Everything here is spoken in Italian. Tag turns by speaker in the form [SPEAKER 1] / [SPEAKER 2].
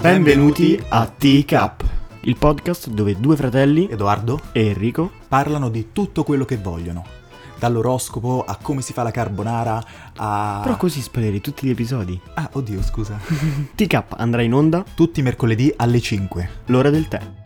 [SPEAKER 1] Benvenuti a T-Cup, il podcast dove due fratelli,
[SPEAKER 2] Edoardo,
[SPEAKER 1] e Enrico,
[SPEAKER 2] parlano di tutto quello che vogliono. Dall'oroscopo a come si fa la carbonara a...
[SPEAKER 1] però così spoileri tutti gli episodi.
[SPEAKER 2] Ah, oddio, scusa.
[SPEAKER 1] T-Cup andrà in onda
[SPEAKER 2] Tutti i mercoledì alle 5.
[SPEAKER 1] l'ora del tè.